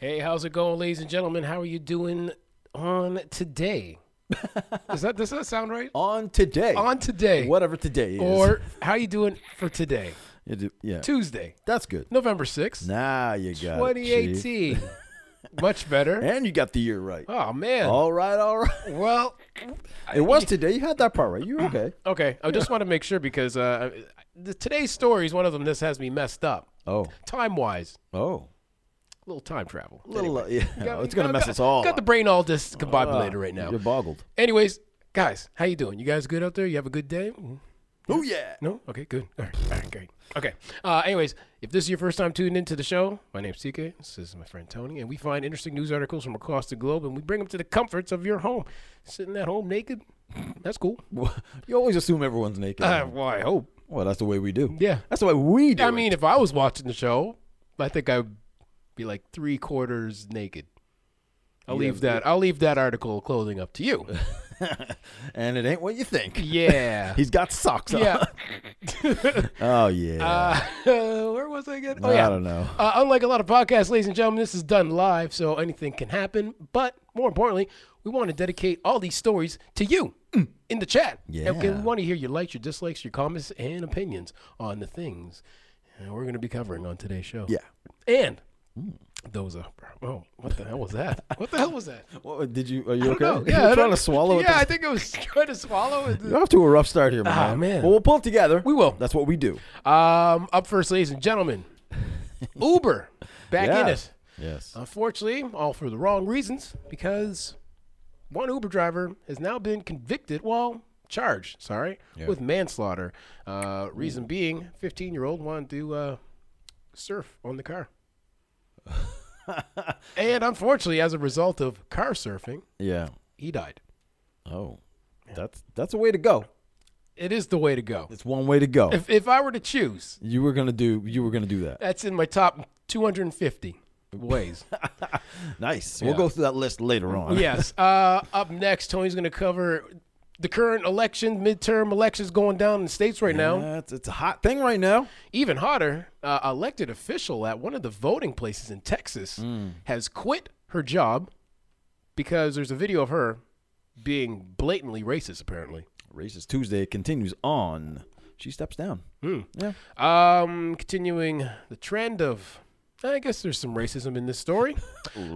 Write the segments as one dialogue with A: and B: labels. A: Hey, how's it going, ladies and gentlemen? How are you doing on today? Does that does that sound right?
B: on today.
A: On today,
B: Whatever today is.
A: or how you doing for today?
B: You do- yeah.
A: Tuesday,
B: That's good.
A: November sixth,
B: Now you got it,
A: twenty
B: Chief.
A: eighteen. Much better.
B: And you got the year right.
A: Oh man.
B: All right, all right.
A: Well,
B: It was today. You had that part right. You were okay.
A: okay. I just want to make sure because uh, the, today's story is one of them. This has me messed up
B: Oh.
A: time wise.
B: Oh.
A: A little time travel.
B: Little,
A: Anyway.
B: uh, yeah.
A: You got-
B: it's
A: you
B: going
A: got-
B: to mess
A: got-
B: us all.
A: Got the
B: up.
A: brain all discombobulated
B: Ah,
A: right now.
B: You're boggled.
A: Anyways, guys, how you doing? You guys good out there? You have a good day? Mhm.
B: Oh, yeah.
A: No? Okay, good. All right, all right great. Okay. Uh, anyways, if this is your first time tuning into the show, my name's TK. This is my friend Tony, and we find interesting news articles from across the globe, and we bring them to the comforts of your home. Sitting at home naked, that's cool.
B: You always assume everyone's naked.
A: Uh, well, I hope.
B: well, that's the way we do.
A: Yeah.
B: That's the way we do.
A: I
B: it.
A: mean, if I was watching the show, I think I'd be like three quarters naked. I'll leave that. I'll leave that article of clothing up to you.
B: and it ain't what you think.
A: Yeah.
B: He's got socks on.
A: yeah.
B: Oh, yeah.
A: Uh, where was I again? Oh
B: I
A: yeah.
B: don't know.
A: Uh, unlike a lot of podcasts, ladies and gentlemen, this is done live, so anything can happen. But more importantly, we want to dedicate all these stories to you in the chat.
B: Mm. Yeah.
A: Okay, we want to hear your likes, your dislikes, your comments, and opinions on the things uh, we're going to be covering on today's show.
B: Yeah. Mm.
A: And those are. Oh, what the hell was that? What the hell was that?
B: What, did you? Are you
A: I don't
B: okay?
A: know.
B: you
A: I
B: were trying
A: don't-
B: to swallow
A: Yeah, I
B: it.
A: think I was trying to swallow it.
B: You're off to a rough start here, my
A: Ah,
B: man.
A: man.
B: Well, we'll pull it together.
A: We will.
B: That's what we do.
A: Um, up first, ladies and gentlemen, Uber back in
B: Yeah.
A: it.
B: Yes.
A: Unfortunately, all for the wrong reasons, because one Uber driver has now been convicted, well, charged, sorry, with manslaughter. Uh, reason being, 15 year old wanted to uh, surf on the car. and unfortunately, as a result of car surfing,
B: Yeah.
A: he died.
B: Oh, that's that's a way to go.
A: It is the way to go.
B: It's one way to go.
A: If, if I were to choose,
B: you were gonna do. You were gonna do that.
A: that's in my top 250 ways.
B: Nice. We'll go through that list later on.
A: yes. Uh, up next, Tony's going to cover the current election, midterm elections going down in the states right now.
B: Yeah, it's, it's a hot thing right now.
A: Even hotter, uh, elected official at one of the voting places in Texas
B: Mm.
A: has quit her job because there's a video of her being blatantly racist, apparently.
B: Racist Tuesday continues on. She steps down.
A: Hmm.
B: Yeah.
A: Um, continuing the trend of, I guess there's some racism in this story.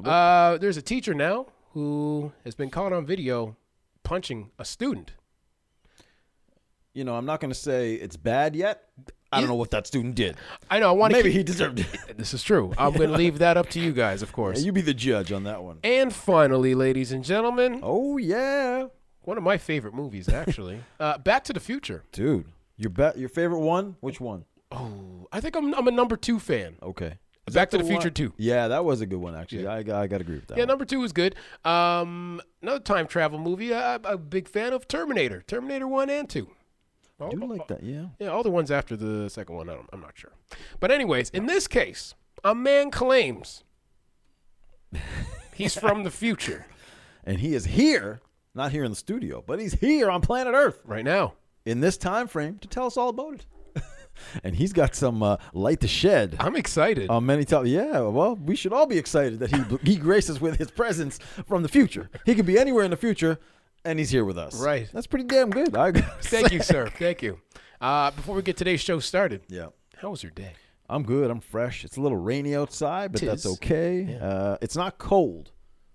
A: uh, there's a teacher now who has been caught on video punching a student.
B: You know, I'm not gonna say it's bad yet. I don't know what that student did.
A: I know. I want to
B: Maybe he deserved it.
A: This is true. I'm going to leave that up to you guys, of course.
B: you be the judge on that one.
A: And finally, ladies and gentlemen,
B: Oh yeah,
A: one of my favorite movies, actually, uh, Back to the Future.
B: dude. Your bet. Your favorite one? Which one?
A: Oh, I think I'm, I'm a number two fan.
B: Okay.
A: Back to the, Future Two.
B: Yeah, that was a good one actually. I, got- I got to agree with that.
A: Yeah,
B: one.
A: number two is good. Um, another time travel movie. I, I'm a big fan of Terminator, Terminator One and Two.
B: I do like that. Yeah.
A: Yeah, all the ones after the second one. I don't, I'm not sure. But anyways, in this case, a man claims he's from the future
B: And he is here, not here in the studio, but he's here on planet Earth
A: right now.
B: in this time frame to tell us all about it. and he's got some uh, light to shed. Um,
A: I'm excited.
B: On many times, yeah. Well, we should all be excited that he he graces with his presence from the future. He could be anywhere in the future, and he's here with us.
A: Right.
B: That's pretty damn good. I
A: Thank you, sir. Thank you. Uh, before we get today's show started,
B: Yeah.
A: how was your day?
B: I'm good. I'm fresh. It's a little rainy outside, but that's
A: Tis.
B: okay. Uh, it's not cold,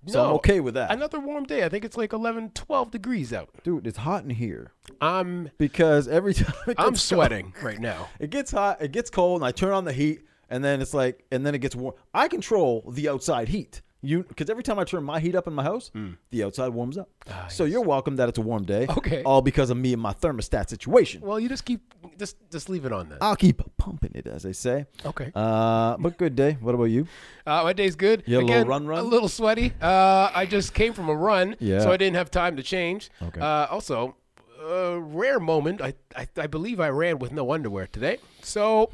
B: so I'm okay with that.
A: Another warm day. I think it's like 11, 12 degrees out.
B: Dude, it's hot in here
A: I'm
B: because every time it
A: I'm
B: gets
A: sweating right now.
B: It gets hot, it gets cold, and I turn on the heat, and then it's like, and then it gets warm. I control the outside heat. You, because every time I turn my heat up in my house,
A: Hmm.
B: the outside warms up. so you're welcome that it's a warm day.
A: Ah, Okay.
B: All because of me and my thermostat situation.
A: Well, you just keep just just leave it on then.
B: I'll keep pumping it, as they say.
A: Uh, Okay.
B: Uh, but good day. What about you?
A: Uh, my day's good.
B: You had a
A: Again,
B: little run, run?
A: A little sweaty. Uh, I just came from a run,
B: Yeah.
A: so I didn't have time to change.
B: Okay.
A: Uh, also, uh, rare moment. I, I I believe I ran with no underwear today. So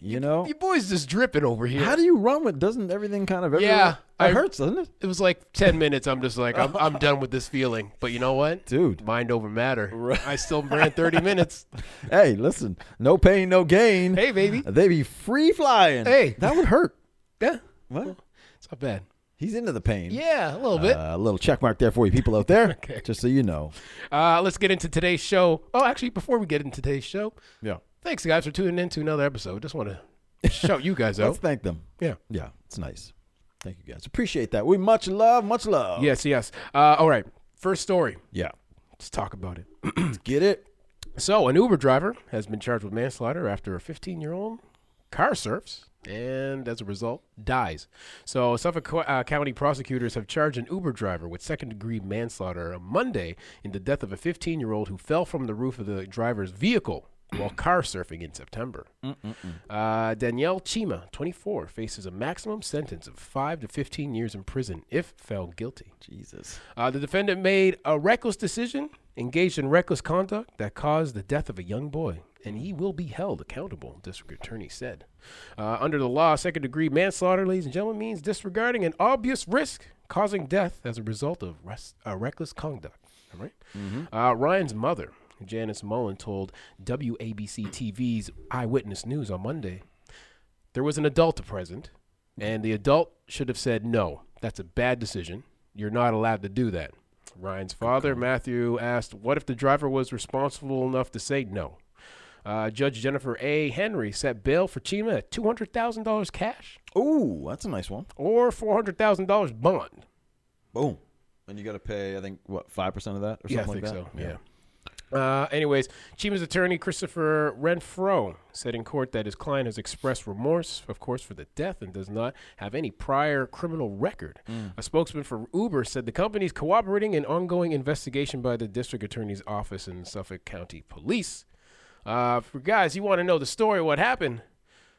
B: You know,
A: you boys just dripping over here.
B: how do you run with? Doesn't everything kind of everywhere?
A: Yeah, I-
B: it hurts, doesn't it?
A: it was like 10 minutes i'm just like i'm, I'm done with this feeling but you know what
B: Dude.
A: mind over matter i still ran 30 minutes
B: Hey, listen, no pain, no gain.
A: hey baby
B: They be free flying.
A: Hey.
B: that would hurt.
A: yeah
B: What?
A: It's not bad.
B: He's into the pain.
A: Yeah, a little bit.
B: Uh, a little check mark there for you people out there,
A: Okay.
B: just so you know.
A: Uh, let's get into today's show. Oh, actually, before we get into today's show,
B: Yeah.
A: thanks guys for tuning in to another episode. Just want to shout you guys
B: Let's
A: out.
B: thank them.
A: Yeah.
B: Yeah, it's nice. Thank you guys. Appreciate that. We much love, much love.
A: Yes, yes. Uh, all right. First story.
B: Yeah.
A: Let's talk about it.
B: Let's get it.
A: So, an Uber driver has been charged with manslaughter after a 15 year old car surfs and, as a result, dies. So, Suffolk Co- uh, County prosecutors have charged an Uber driver with second degree manslaughter on Monday in the death of a 15 year old who fell from the roof of the driver's vehicle while car surfing in September. Uh, Danielle Chima, 24, faces a maximum sentence of 5 to 15 years in prison if found guilty.
B: Jesus.
A: Uh, the defendant made a reckless decision, engaged in reckless conduct that caused the death of a young boy, and he will be held accountable, district attorney said. Uh, under the law, second degree manslaughter, ladies and gentlemen, means disregarding an obvious risk causing death as a result of res- uh, reckless conduct. All right? Uh, Ryan's mother, Janice Mullen, told WABC TV's Eyewitness News on Monday there was an adult present, and the adult should have said, No, that's a bad decision. You're not allowed to do that. Ryan's father, Matthew, asked, What if the driver was responsible enough to say no? Uh, Judge Jennifer A. Henry set bail for Chima at $200,000 cash
B: Ooh, that's a nice one.
A: or $400,000 bond.
B: Boom. And you got to pay, I think, what, 5% of that or something
A: Yeah, I
B: like
A: think
B: that?
A: so. Yeah. Uh, anyways, Chima's attorney Christopher Renfro said in court that his client has expressed remorse, of course, for the death and does not have any prior criminal record. A spokesman for Uber said the company is cooperating in ongoing investigation by the district attorney's office and Suffolk County Police. Uh, for guys, you want to know the story, what happened?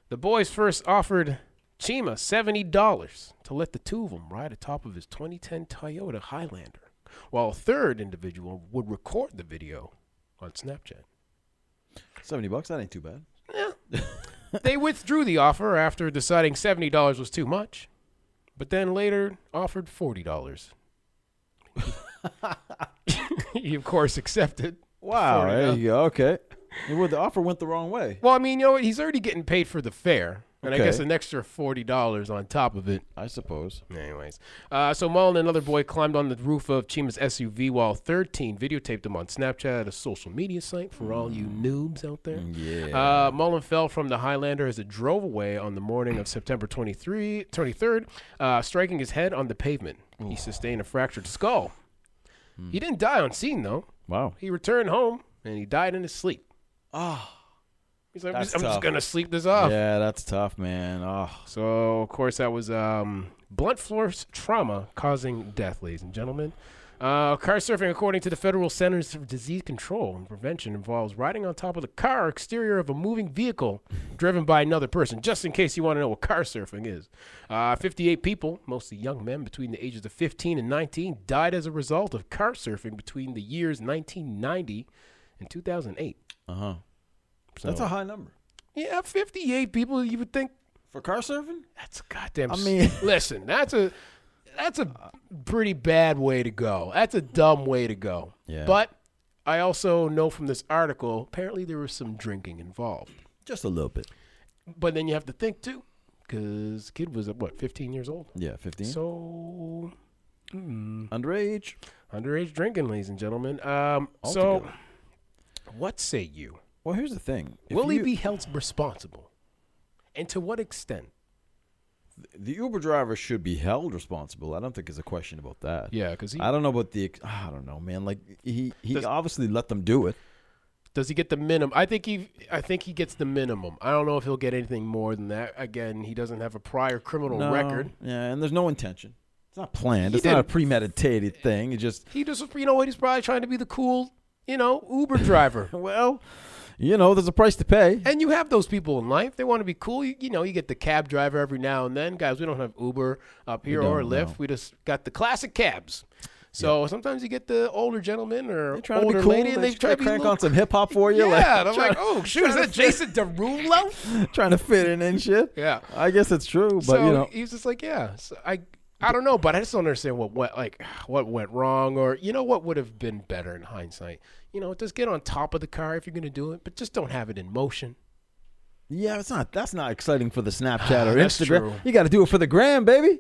A: The boys first offered Chima $70 to let the two of them ride atop of his 2010 Toyota Highlander, while a third individual would record the video on Snapchat.
B: 70 bucks, that ain't too bad.
A: they withdrew the offer after deciding $70 was too much, but then later offered $40. he, of course, accepted.
B: Wow. eh?
A: Forty,
B: There
A: huh?
B: you go. Okay. Well, the offer went the wrong way.
A: Well, I mean, you know what? He's already getting paid for the fare, and I guess
B: Okay.
A: an extra $40 on top of it
B: I suppose.
A: Anyways, uh, so Mullen and another boy climbed on the roof of Chima's SUV while 13 videotaped him on Snapchat, a social media site for all you noobs out there.
B: Mm. Yeah.
A: Uh, Mullen fell from the Highlander as it drove away on the morning of September 23, 23rd, uh, striking his head on the pavement. He sustained a fractured skull.
B: Hmm.
A: He didn't die on scene, though.
B: Wow.
A: He returned home and he died in his sleep.
B: Ah.
A: He's like, I'm
B: That's
A: just, I'm just
B: tough.
A: going to sleep this off.
B: Yeah, that's tough, man. Oh.
A: So, of course, that was um, blunt force trauma causing death, ladies and gentlemen. Uh, car surfing, according to the Federal Centers for Disease Control and Prevention, involves riding on top of the car exterior of a moving vehicle driven by another person, just in case you want to know what car surfing is. Uh, 58 people, mostly young men between the ages of 15 and 19, died as a result of car surfing between the years 1990 and 2008.
B: Uh huh.
A: So,
B: That's a high number.
A: yeah, 58 people, you would think
B: For car surfing?
A: that's a goddamn.
B: I
A: I
B: mean-
A: mean, listen, that's a that's a pretty bad way to go. That's a dumb way to go.
B: Yeah.
A: But I also know from this article, apparently there was some drinking involved.
B: Just a little bit.
A: But then you have to think too, because kid was what, 15 years old.
B: Yeah, 15.
A: So, mm,
B: Underage.
A: underage drinking, ladies and gentlemen. Um, so,
B: Altogether.
A: what say you?
B: Well, here's the thing. If
A: Will
B: you,
A: he be held responsible, and to what extent?
B: The Uber driver should be held responsible. I don't think there's a question about that.
A: Yeah, because he
B: I don't know about the. ex- I don't know, man. Like he he
A: Does-
B: obviously let them do it.
A: Does he get the minimum? I think he I think he gets the minimum. I don't know if he'll get anything more than that. Again, he doesn't have a prior criminal
B: No.
A: record.
B: Yeah, and there's no intention. It's not planned.
A: He
B: it's not a
A: didn't-
B: premeditated thing. It just
A: He just you know what he's probably trying to be the cool, you know, Uber driver.
B: well, you know, there's a price to pay.
A: and you have those people in life. They want to be cool. You, you know, you get the cab driver every now and then. Guys, we don't have Uber up here or
B: don't,
A: Lyft.
B: no.
A: We just got the classic cabs. So sometimes you get the older gentleman or
B: They're trying to
A: older
B: be cool.
A: lady, and they try to be
B: crank
A: little-
B: on some hip hop for
A: Yeah,
B: you. like,
A: and I'm like, oh shoot, is that Jason Derulo?
B: trying to fit in and shit.
A: Yeah.
B: I guess it's true, but
A: so
B: you know,
A: he's just like, yeah, so I, I don't know, but I just don't understand what went like what went wrong, or you know what would have been better in hindsight. You know, just get on top of the car if you're gonna do it, but just don't have it in motion.
B: Yeah, it's not. That's not exciting for the Snapchat or
A: Ah, That's
B: Instagram.
A: true. Mm.
B: You got to do it for the gram, baby.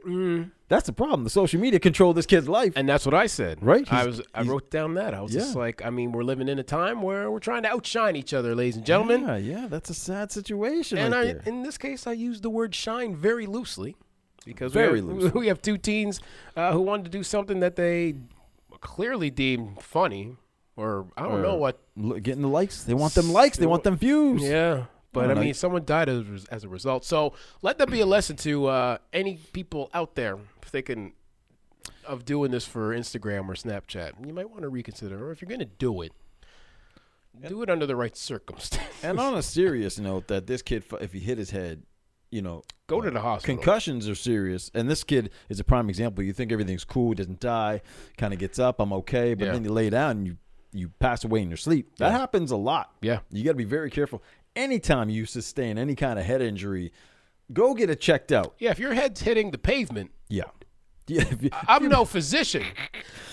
B: That's the problem. The social media control this kid's life.
A: And that's what I said.
B: Right,
A: I
B: he's-
A: was. I
B: he's-
A: wrote down that. I was just
B: Yeah.
A: like, I mean, we're living in a time where we're trying to outshine each other, ladies and gentlemen.
B: yeah, yeah, that's a sad situation.
A: and
B: right
A: I,
B: there.
A: in this case, I use the word shine very loosely because
B: Very
A: we, have,
B: loosely.
A: we have two teens uh, who wanted to do something that they clearly deemed funny, or I don't know
B: Or-
A: what.
B: L- getting the likes. They want them likes. They want them views.
A: Yeah. But I
B: don't know.
A: mean, someone died as, a res- as a result. So let that be a lesson to uh, any people out there thinking of doing this for Instagram or Snapchat. You might want to reconsider, or if you're going to do it, do it under the right circumstances.
B: And on a serious note, that this kid, fu- if he hit his head, you know,
A: Go to the hospital.
B: concussions are serious. And this kid is a prime example. You think everything's cool, doesn't die, kind of gets up, I'm okay, but
A: Yeah.
B: then you lay down and you you pass away in your sleep. That happens a lot.
A: Yeah.
B: you got to be very careful. Anytime you sustain any kind of head injury, go get it checked out.
A: yeah, if your head's hitting the pavement,
B: Yeah, yeah. if you-
A: I'm no physician,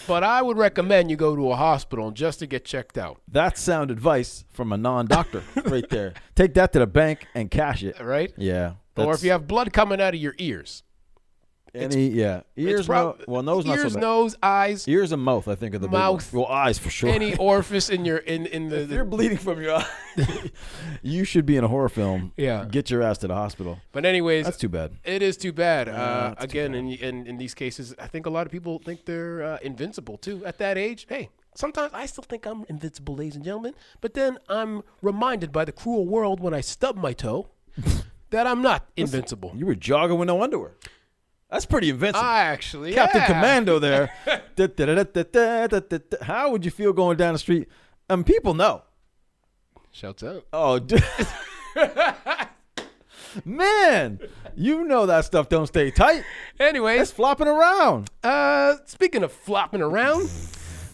A: but I would recommend you go to a hospital just to get checked out.
B: That's sound advice from a non-doctor right there. Take that to the bank and cash it.
A: Right?
B: Yeah.
A: or
B: that's-
A: if you have blood coming out of your ears,
B: any, yeah, ears,
A: prob-
B: no, well, nose, not so
A: ears,
B: bad.
A: nose, eyes,
B: Ears and mouth, I think, are the big
A: Mouth.
B: ones. Well, eyes for sure.
A: any orifice in your in in the,
B: if you're bleeding from your eye, you should be in a horror film.
A: Yeah.
B: Get your ass to the hospital.
A: But anyways,
B: That's too bad.
A: it is too bad. uh, again, In, in in these cases, I think a lot of people think they're uh, invincible too at that age. Hey, sometimes I still think I'm invincible, ladies and gentlemen. But then I'm reminded by the cruel world when I stub my toe that I'm not invincible.
B: You were jogging with no underwear. That's pretty invincible.
A: I actually
B: Captain
A: yeah.
B: Commando there. Da- da- da- da- da- da- da- da. How would you feel going down the street? Um, people know.
A: Shouts out.
B: Oh, dude. man, you know that stuff don't stay tight.
A: Anyways,
B: It's flopping around.
A: Uh, speaking of flopping around,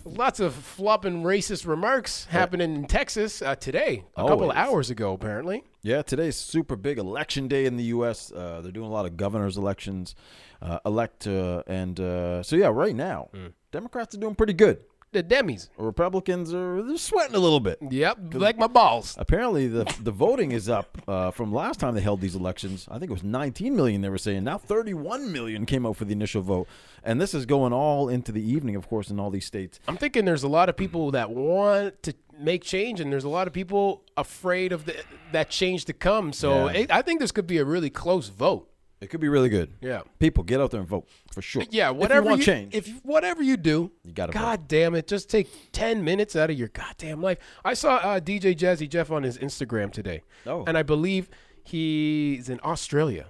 A: lots of flopping racist remarks happening in Texas uh, today, a couple of
B: Always.
A: hours ago, apparently.
B: Yeah, today's super big election day in the U.S. Uh, they're doing a lot of governors' elections, uh, elect, uh, and uh, so yeah, right now Democrats are doing pretty good.
A: The Demis.
B: Republicans are they're sweating a little bit.
A: Yep, like my balls.
B: Apparently, the the voting is up uh, from last time they held these elections. I think it was 19 million they were saying. Now 31 million came out for the initial vote, and this is going all into the evening, of course, in all these states.
A: I'm thinking there's a lot of people that want to make change, and there's a lot of people afraid of the, that change to come. So
B: Yeah.
A: it, I think this could be a really close vote.
B: It could be really good.
A: Yeah.
B: people get out there and vote for sure.
A: Yeah,
B: If you
A: whatever
B: want change.
A: If you- whatever you do, you
B: gotta vote.
A: God damn it, just take ten minutes out of your goddamn life. I saw uh, DJ Jazzy Jeff on his Instagram today,
B: Oh.
A: and I believe he's in Australia,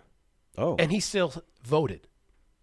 B: oh,
A: and he still voted.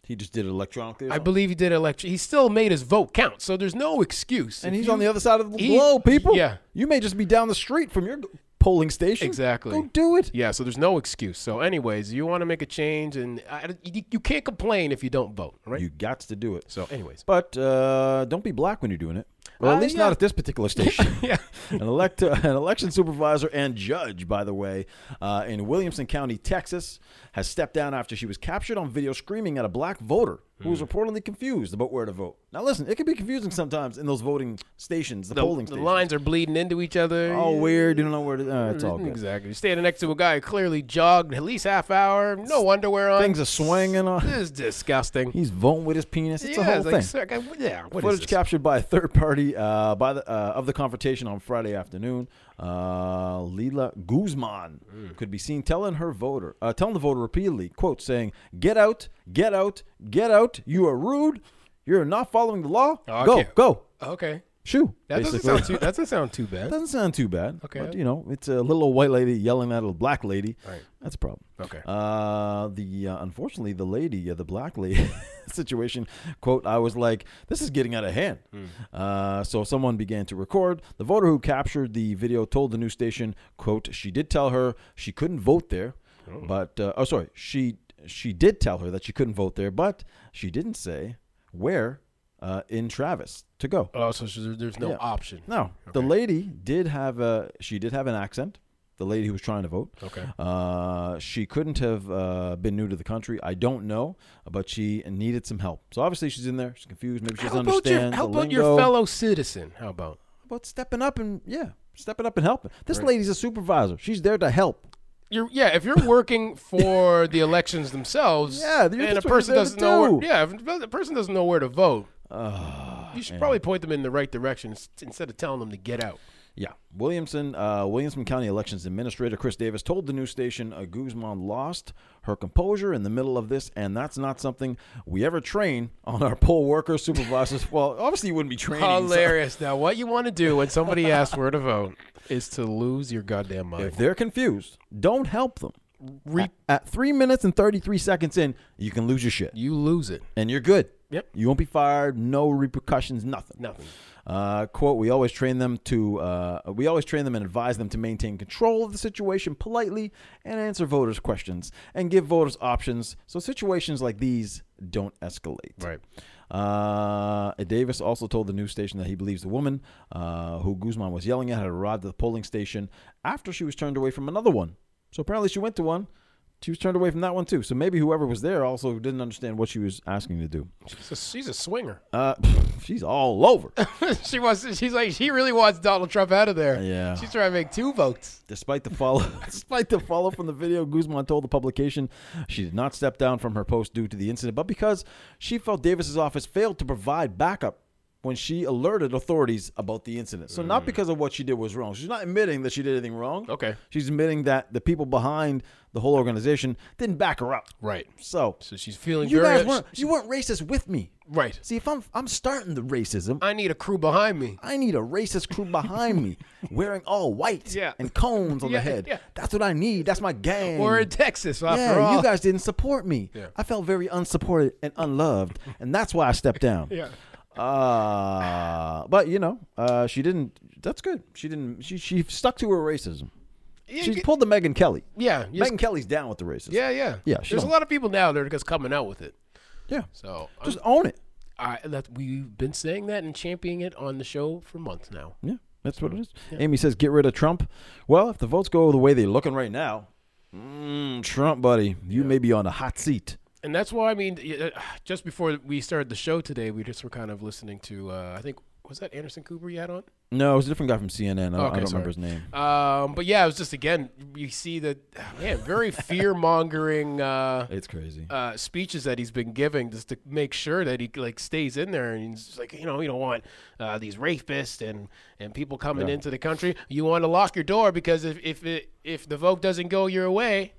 B: he just did it electronically. or
A: I
B: something?
A: believe he did election. He still made his vote count, so there's no excuse.
B: and
A: If
B: he's
A: you-
B: on the other side of the
A: he-
B: globe, people.
A: yeah.
B: you may just be down the street from your g- polling station.
A: Exactly.
B: Go do it.
A: Yeah, so there's no excuse. So, anyways, you want to make a change, and I, you, you can't complain if you don't vote, right?
B: You got to do it.
A: so, anyways,
B: But uh, don't be black when you're doing it, or
A: Uh,
B: at least
A: yeah.
B: not at this particular station.
A: yeah.
B: an elect an election supervisor and judge, by the way, uh, in Williamson County, Texas, has stepped down after she was captured on video screaming at a black voter who
A: Hmm.
B: was reportedly confused about where to vote. Now, listen, it can be confusing sometimes in those voting stations, the,
A: the,
B: polling
A: the
B: stations.
A: lines are bleeding into each other.
B: All weird. You don't know where to. Uh, it's all good.
A: Oh, Hmm, Exactly. You're standing next to a guy who clearly jogged at least half hour, no underwear on.
B: Things are swinging. On.
A: This is disgusting.
B: He's voting with his penis. It's
A: yeah,
B: a whole
A: it's
B: thing.
A: like, sir, guy, what- yeah, what is
B: Footage
A: this?
B: captured by a third party uh, by the, uh, of the confrontation on Friday afternoon. Uh, Leila Guzman
A: Hmm.
B: could be seen telling her voter, uh, telling the voter repeatedly, quote, saying, "Get out, get out, get out. You are rude. You're not following the law.
A: Oh, I
B: go,
A: can't-
B: go,
A: Okay.
B: shoo."
A: That doesn't
B: basically.
A: sound too. That doesn't sound too bad.
B: Doesn't sound too bad.
A: Okay.
B: But, you know, it's a little old white lady yelling at a black lady.
A: Right.
B: That's a problem.
A: Okay.
B: Uh, the uh, unfortunately, the lady, uh, the black lady situation. Quote: I was like, this is getting out of hand. Uh, so someone began to record. The voter who captured the video told the news station, "Quote: She did tell her she couldn't vote there, but uh, oh, sorry, she she did tell her that she couldn't vote there, but she didn't say where uh, in Travis to go."
A: Oh, so there's- there's no
B: Yeah.
A: option.
B: No, the lady did have a she did have an accent. The lady who was trying to vote.
A: Okay.
B: Uh, she couldn't have uh, been new to the country. I don't know, but she needed some help. So obviously she's in there. She's confused. Maybe she
A: How
B: doesn't
A: about
B: understand.
A: your How
B: the
A: about
B: lingo.
A: your fellow citizen? How about
B: How about stepping up and yeah, stepping up and helping. This lady's a supervisor. She's there to help.
A: you're yeah, if you're working for the elections themselves,
B: Yeah, you're
A: and a
B: just what
A: person
B: you're there
A: doesn't
B: to
A: know where,
B: do.
A: yeah, if a person doesn't know where to vote,
B: Ah,
A: you should
B: yeah.
A: probably point them in the right direction s- instead of telling them to get out.
B: Yeah. Williamson, uh, Williamson County Elections Administrator Chris Davis told the news station uh, Guzman lost her composure in the middle of this, and that's not something we ever train on our poll workers, supervisors. well, obviously, you wouldn't be training. so-
A: Hilarious. Now, what you want to do when somebody asks where to vote is to lose your goddamn mind.
B: If they're confused, don't help them.
A: Re-
B: At three minutes and 33 seconds in, you can lose your shit,
A: you lose it.
B: and you're good.
A: Yep.
B: You won't be fired, no repercussions, nothing.
A: Nothing.
B: Uh, quote, we always train them to, uh, we always train them and advise them to maintain control of the situation politely and answer voters' questions and give voters options so situations like these don't escalate.
A: Right.
B: Uh, Davis also told the news station that he believes the woman uh, who Guzman was yelling at had arrived at the polling station after she was turned away from another one. So apparently she went to one. She was turned away from that one too. So maybe whoever was there also didn't understand what she was asking to do.
A: She's a, she's a swinger.
B: Uh, she's all over.
A: she wants. She's like. She really wants Donald Trump out of there.
B: Uh, Yeah.
A: She's trying to make two votes.
B: Despite the follow, despite the follow from the video, Guzman told the publication she did not step down from her post due to the incident, but because she felt Davis's office failed to provide backup when she alerted authorities about the incident. So not because of what she did was wrong. She's not admitting that she did anything wrong.
A: Mm. Okay.
B: She's admitting that the people behind the whole organization didn't back her up.
A: Right.
B: So
A: So she's feeling
B: you
A: very
B: guys weren't you weren't racist with me.
A: right.
B: See, if I'm I'm starting the racism,
A: I need a crew behind me.
B: I need a racist crew behind me wearing all white
A: Yeah.
B: and cones on
A: Yeah,
B: the head.
A: yeah.
B: That's what I need. That's my gang.
A: We're in Texas, after
B: yeah,
A: all.
B: you guys didn't support me.
A: Yeah.
B: I felt very unsupported and unloved, and that's why I stepped down.
A: Yeah.
B: Uh, but you know, uh, she didn't. That's good. She didn't. She she stuck to her racism.
A: Yeah,
B: She
A: you-
B: pulled the Megan Kelly.
A: yeah, you just-
B: Megan Kelly's down with the racism.
A: yeah, yeah,
B: Yeah, she
A: There's a
B: don't-
A: lot of people now that are just coming out with it.
B: yeah.
A: So I'm-
B: Just own it.
A: I, that, we've been saying that and championing it on the show for months now.
B: Yeah, that's what it is. Amy says, get rid of Trump. Well, if the votes go the way they're looking right now, mm, Trump, buddy, you may be on a hot seat.
A: and that's why I mean, y- uh, just before we started the show today, we just were kind of listening to. Uh, I think was that Anderson Cooper you had on.
B: No, it was a different guy from CNN. I, I
A: Okay,
B: don't
A: sorry.
B: remember his name.
A: Um, but yeah, it was just again, you see that man, very fear mongering uh,
B: It's crazy.
A: uh, speeches that he's been giving just to make sure that he like stays in there and he's just like, you know, you don't want uh, these rapists and and people coming
B: Yeah.
A: into the country. You want to lock your door because if if it, if the vote doesn't go your way,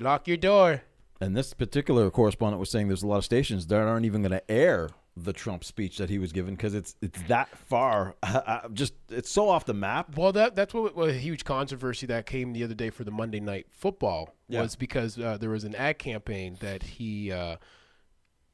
A: lock your door.
B: and this particular correspondent was saying there's a lot of stations that aren't even going to air the Trump speech that he was given because it's it's that far, I- I- just it's so off the map.
A: Well, that that's what was a huge controversy that came the other day for the Monday Night Football
B: Yeah.
A: was because uh, there was an ad campaign that he, uh,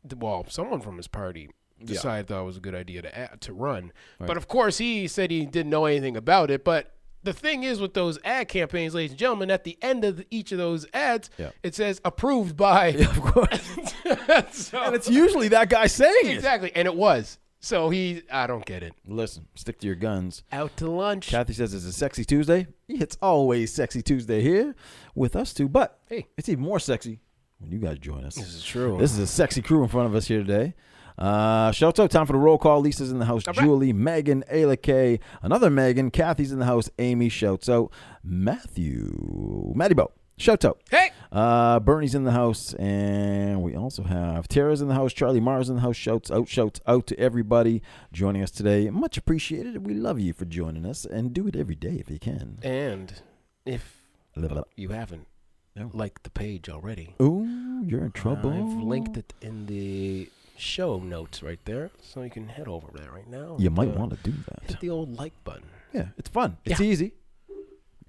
A: th- well, someone from his party decided thought it was a good idea to ad, to run, but of course he said he didn't know anything about it, but. The thing is with those ad campaigns, ladies and gentlemen, at the end of each of those ads,
B: Yeah.
A: it says approved by.
B: Of course,
A: So-
B: and it's usually that guy saying it.
A: exactly, and it was. So he, I don't get it.
B: Listen, stick to your guns.
A: Out to lunch.
B: Kathy says it's a sexy Tuesday. It's always sexy Tuesday here with us too, but
A: Hey.
B: it's even more sexy when you guys join us. This
A: is true.
B: This is a sexy crew in front of us here today. Uh, shout out, time for the roll call. Lisa's in the house. Julie, Megan, Ayla K, another Megan. Kathy's in the house. Amy shouts out. Matthew, Matty Bo, shout out.
A: Hey.
B: Uh, Bernie's in the house, and we also have Tara's in the house. Charlie Mars in the house. Shouts out, shouts out to everybody joining us today. Much appreciated. We love you for joining us, and do it every day if you can.
A: And if
B: Blah, blah,
A: you haven't
B: No.
A: liked the page already,
B: blah. Ooh, you're in trouble.
A: I've linked it in the show notes right there, so you can head over there right now.
B: You
A: and,
B: might
A: uh,
B: want to do
A: hit
B: that.
A: the old like button.
B: Yeah, it's fun. It's easy.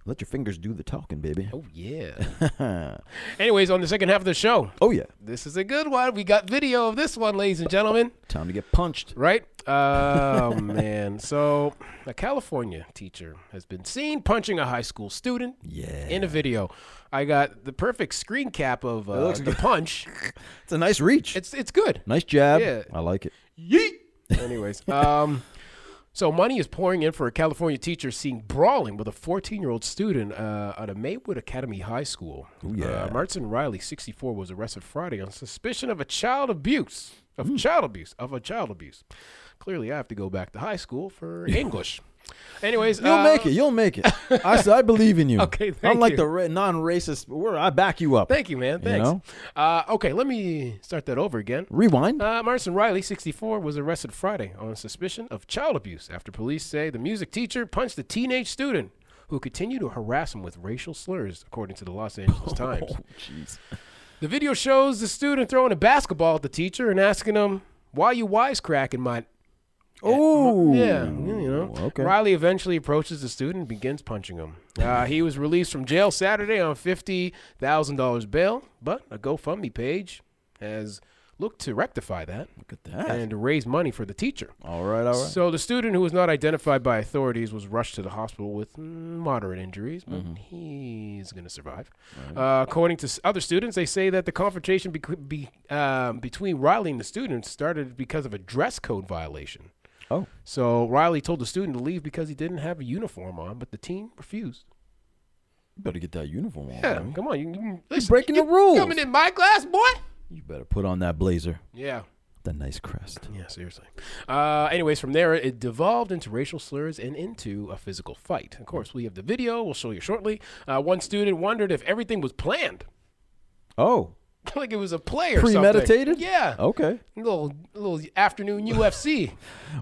B: Let your fingers do the talking, baby.
A: Oh yeah. Anyways, on the second half of the show,
B: oh yeah,
A: this is a good one. We got video of this one, ladies and gentlemen.
B: time to get punched.
A: Right? Oh man. So a California teacher has been seen punching a high school student.
B: Yeah,
A: In a video, I got the perfect screen cap of uh,
B: looks
A: the punch.
B: it's a nice reach.
A: It's it's good.
B: nice jab.
A: Yeah.
B: I like it.
A: Yeet. Anyways, um, so money is pouring in for a California teacher seen brawling with a 14-year-old student uh, at a Maywood Academy High School.
B: yeah.
A: uh, Martin Riley, 64, was arrested Friday on suspicion of a child
B: Hmm.
A: abuse of child abuse of a child abuse. Clearly, I have to go back to high school for English. Anyways,
B: You'll
A: uh,
B: make it. You'll make it. I said, I believe in you.
A: Okay, thank
B: Unlike
A: you.
B: the ra- non-racist, word, I back you up.
A: Thank you, man. Thanks.
B: know?
A: uh, okay, let me start that over again.
B: Rewind.
A: Uh, Marson Riley, 64, was arrested Friday on suspicion of child abuse after police say the music teacher punched a teenage student who continued to harass him with racial slurs, according to the Los Angeles Times.
B: Jeez.
A: The video shows the student throwing a basketball at the teacher and asking him, Why you wisecracking, my.
B: Oh.
A: Yeah, you know.
B: Okay.
A: Riley eventually approaches the student and begins punching him. Uh, he was released from jail Saturday on $50,000 bail, but a GoFundMe page has looked to rectify that
B: Look at that.
A: and to raise money for the teacher.
B: all right. All right.
A: So the student who was not identified by authorities was rushed to the hospital with mm, moderate injuries, but he's going to survive. Uh, according to s- other students, they say that the confrontation bequ- be, um, between Riley and the student started because of a dress code violation.
B: Oh.
A: So Riley told the student to leave because he didn't have a uniform on, but the teen refused.
B: You better get that uniform on.
A: Yeah,
B: man.
A: come on, you, you,
B: You're
A: Mm-hmm. listen,
B: breaking the
A: you
B: rules.
A: coming in my class, boy?
B: You better put on that blazer.
A: Yeah.
B: That nice crest.
A: Yeah, seriously. Uh, anyways, from there, it devolved into racial slurs and into a physical fight. Of course, we have the video. We'll show you shortly. Uh, one student wondered if everything was planned,
B: Oh.
A: like it was a play or
B: Premeditated? Oh.
A: Something. Yeah,
B: Okay.
A: little little afternoon UFC.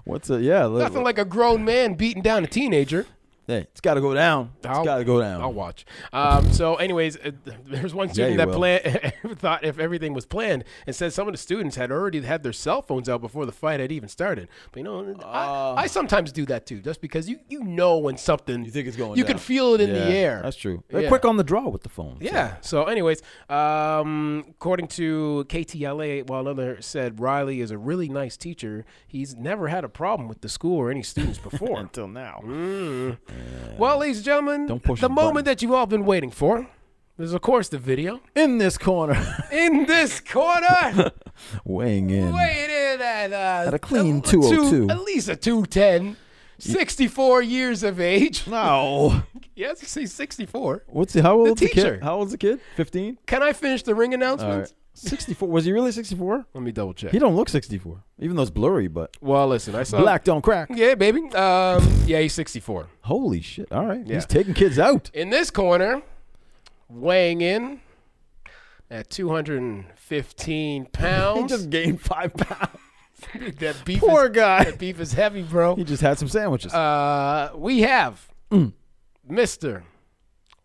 B: What's it? Yeah. let-
A: Nothing like a grown man beating down a teenager.
B: hey, it's got to go down. It's
A: I'll-
B: got to go down.
A: I'll watch. Um, so, anyways, uh, there's one student
B: Oh. you
A: that
B: will.
A: plan- thought if everything was planned and said some of the students had already had their cell phones out before the fight had even started. But you know,
B: Oh.
A: I, I sometimes do that too, just because you you know when something
B: You think it's going
A: you can
B: down.
A: feel it in
B: Yeah,
A: the air.
B: That's true. They're
A: Yeah.
B: quick on the draw with the phone.
A: Yeah. So, anyways, um, according to KTLA, while another said Riley is a really nice teacher, he's never had a problem with the school or any students before.
B: Until now.
A: Mm. Well, ladies and gentlemen,
B: Don't push
A: the
B: the
A: moment that you've all been waiting for is, of course, the video.
B: In this corner,
A: In this corner,
B: weighing in.
A: weighing in at, uh,
B: At a clean
A: two-
B: 202.
A: at least a 210, 64 years of age.
B: No.
A: Yes, you see, 64.
B: What's he? How old's the,
A: teacher.
B: kid? How old's the kid? Fifteen.
A: Can I finish the ring announcements?
B: 64. Was he really 64?
A: Let me double check.
B: He don't look 64. Even though it's blurry, but
A: Well, listen, I saw.
B: black don't crack.
A: Yeah, baby. Um, yeah, he's 64.
B: Holy shit. All right.
A: Yeah.
B: He's taking kids out.
A: In this corner, weighing in at 215
B: He
A: pounds.
B: just gained five pounds.
A: that beef is
B: Poor guy.
A: That beef is heavy, bro.
B: He Mm. just had some sandwiches.
A: Uh, we have Mr.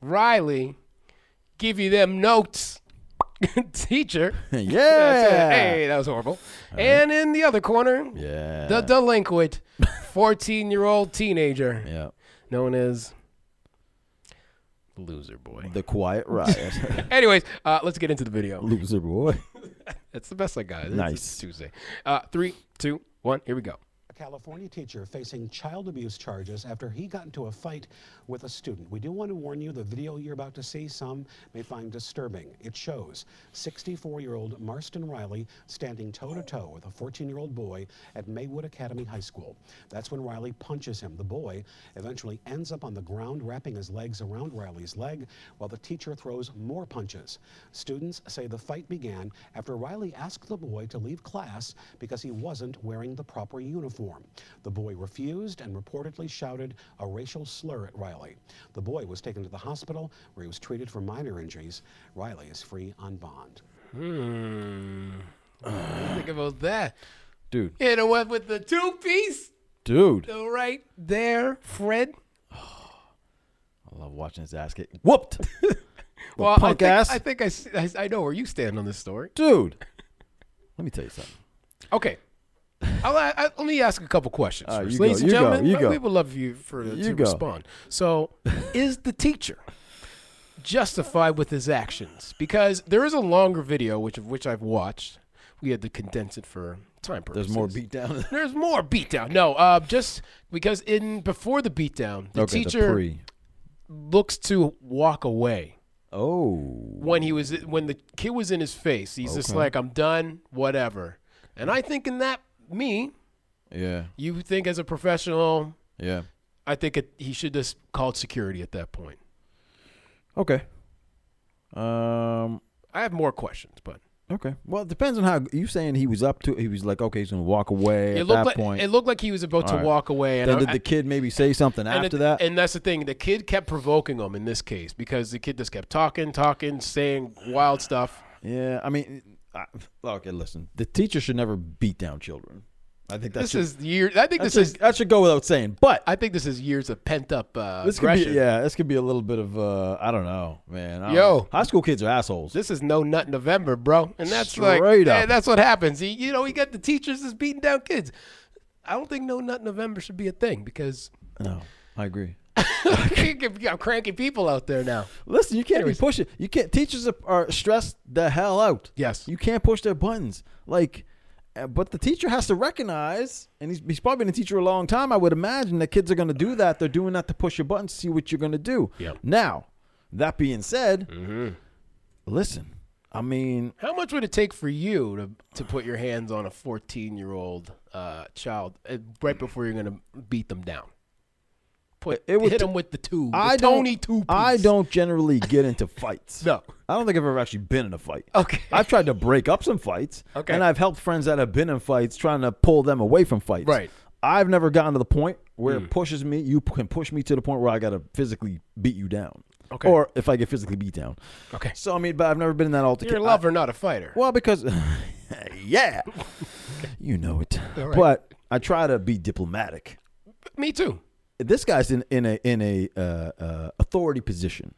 A: Riley. Give you them notes, teacher. That's it.
B: yeah.
A: Hey, that was horrible. And in the other corner,
B: Yeah.
A: the delinquent, fourteen-year-old teenager,
B: yeah.
A: known as loser boy.
B: The quiet riot.
A: Anyways, uh, let's get into the video.
B: Loser boy.
A: That's the best I got. It's-
B: Nice.
A: It's Tuesday. Uh, three, two, one. Here we go.
C: A California teacher facing child abuse charges after he got into a fight with a student. We do want to warn you the video you're about to see, some may find disturbing. It shows 64 year old Marston Riley standing toe to toe with a 14 year old boy at Maywood Academy High School. That's when Riley punches him. The boy eventually ends up on the ground, wrapping his legs around Riley's leg while the teacher throws more punches. Students say the fight began after Riley asked the boy to leave class because he wasn't wearing the proper uniform. The boy refused and reportedly shouted a racial slur at Riley. The boy was taken to the hospital where he was treated for minor injuries. Riley is free on bond.
A: Think about that.
B: Hmm. Dude.
A: Hit him with, with the two piece
B: Dude.
A: right there, Fred.
B: I love watching his ass get whooped. well,
A: I
B: punk
A: think,
B: ass.
A: I think I s- I, s- I know where you stand on this story.
B: Dude. Let me tell you something.
A: Okay. I'll, I, I- let me ask a couple questions.
B: All right,
A: first.
B: you
A: Ladies
B: go,
A: and
B: you go,
A: gentlemen,
B: you
A: uh,
B: go.
A: we would love you for
B: You
A: to
B: go.
A: respond. So, is the teacher justified with his actions? Because there is a longer video, which of which I've watched. We had to condense it for time purposes.
B: There's more beat down.
A: There's more beatdown. No, uh, just because in before the beatdown, the
B: okay,
A: teacher
B: The pre.
A: looks to walk away
B: Oh.
A: when he was when the kid was in his face. He's just like, "I'm done, whatever." And I think in that me,
B: Yeah.
A: you think as a professional,
B: Yeah.
A: I think it, he should just called security at that point.
B: Okay. Um.
A: I have more questions, but
B: Okay. Well, it depends on how you saying he was up to. He was like, okay, he's gonna walk away
A: It
B: at
A: looked
B: that
A: like
B: point.
A: it looked like he was about to
B: All right.
A: walk away. And
B: then
A: I-
B: did
A: I-
B: the kid maybe say something
A: and
B: after
A: it-
B: that?
A: And that's the thing. The kid kept provoking him in this case because the kid just kept talking, talking, saying wild stuff.
B: yeah. I mean, I, okay. Listen, the teacher should never beat down children. I think that's
A: This is year. I think this
B: that should,
A: is.
B: that should go without saying. But
A: I think this is years of pent up uh,
B: this could be,
A: aggression.
B: yeah, this could be a little bit of uh, I don't know, man. I don't
A: Yo.
B: know. high school kids are assholes.
A: This is no nut November, bro. And that's like
B: Straight up.
A: yeah, that's what happens. You, you know, you got the teachers that's beating down kids. I don't think no nut November should be a thing because
B: No, I agree.
A: you got cranky people out there now.
B: Listen, you can't be pushing. You can't. Teachers are, are stressed the hell out.
A: Yes.
B: you can't push their buttons. Like, uh, but the teacher has to recognize, and he's, he's probably been a teacher a long time. I would imagine that kids are going to do that. They're doing that to push your buttons, see what you're going to do.
A: Yep. Mm-hmm.
B: Now, that being said, listen. I mean,
A: How much would it take for you to to put your hands on a 14 year old uh, child uh, right before you're gonna beat them down? Put
B: It would
A: hit
B: t-
A: them with the two. The
B: I
A: Tony
B: don't.
A: two.
B: I
A: piece.
B: don't generally get into fights.
A: No.
B: I don't think I've ever actually been in a fight.
A: Okay.
B: I've tried to break up some fights.
A: Okay.
B: And I've helped friends that have been in fights trying to pull them away from fights.
A: Right. Hmm.
B: I've never gotten to the point where it pushes me. You can push me to the point where I got to physically beat you down.
A: Okay.
B: Or if I get physically beat down.
A: Okay.
B: So, I mean, but I've never been in that altercation.
A: You're a lover, not a fighter.
B: Well, because, yeah, you know it.
A: right.
B: But I try to be diplomatic.
A: Me too.
B: This guy's in, in a in a uh, uh, authority position,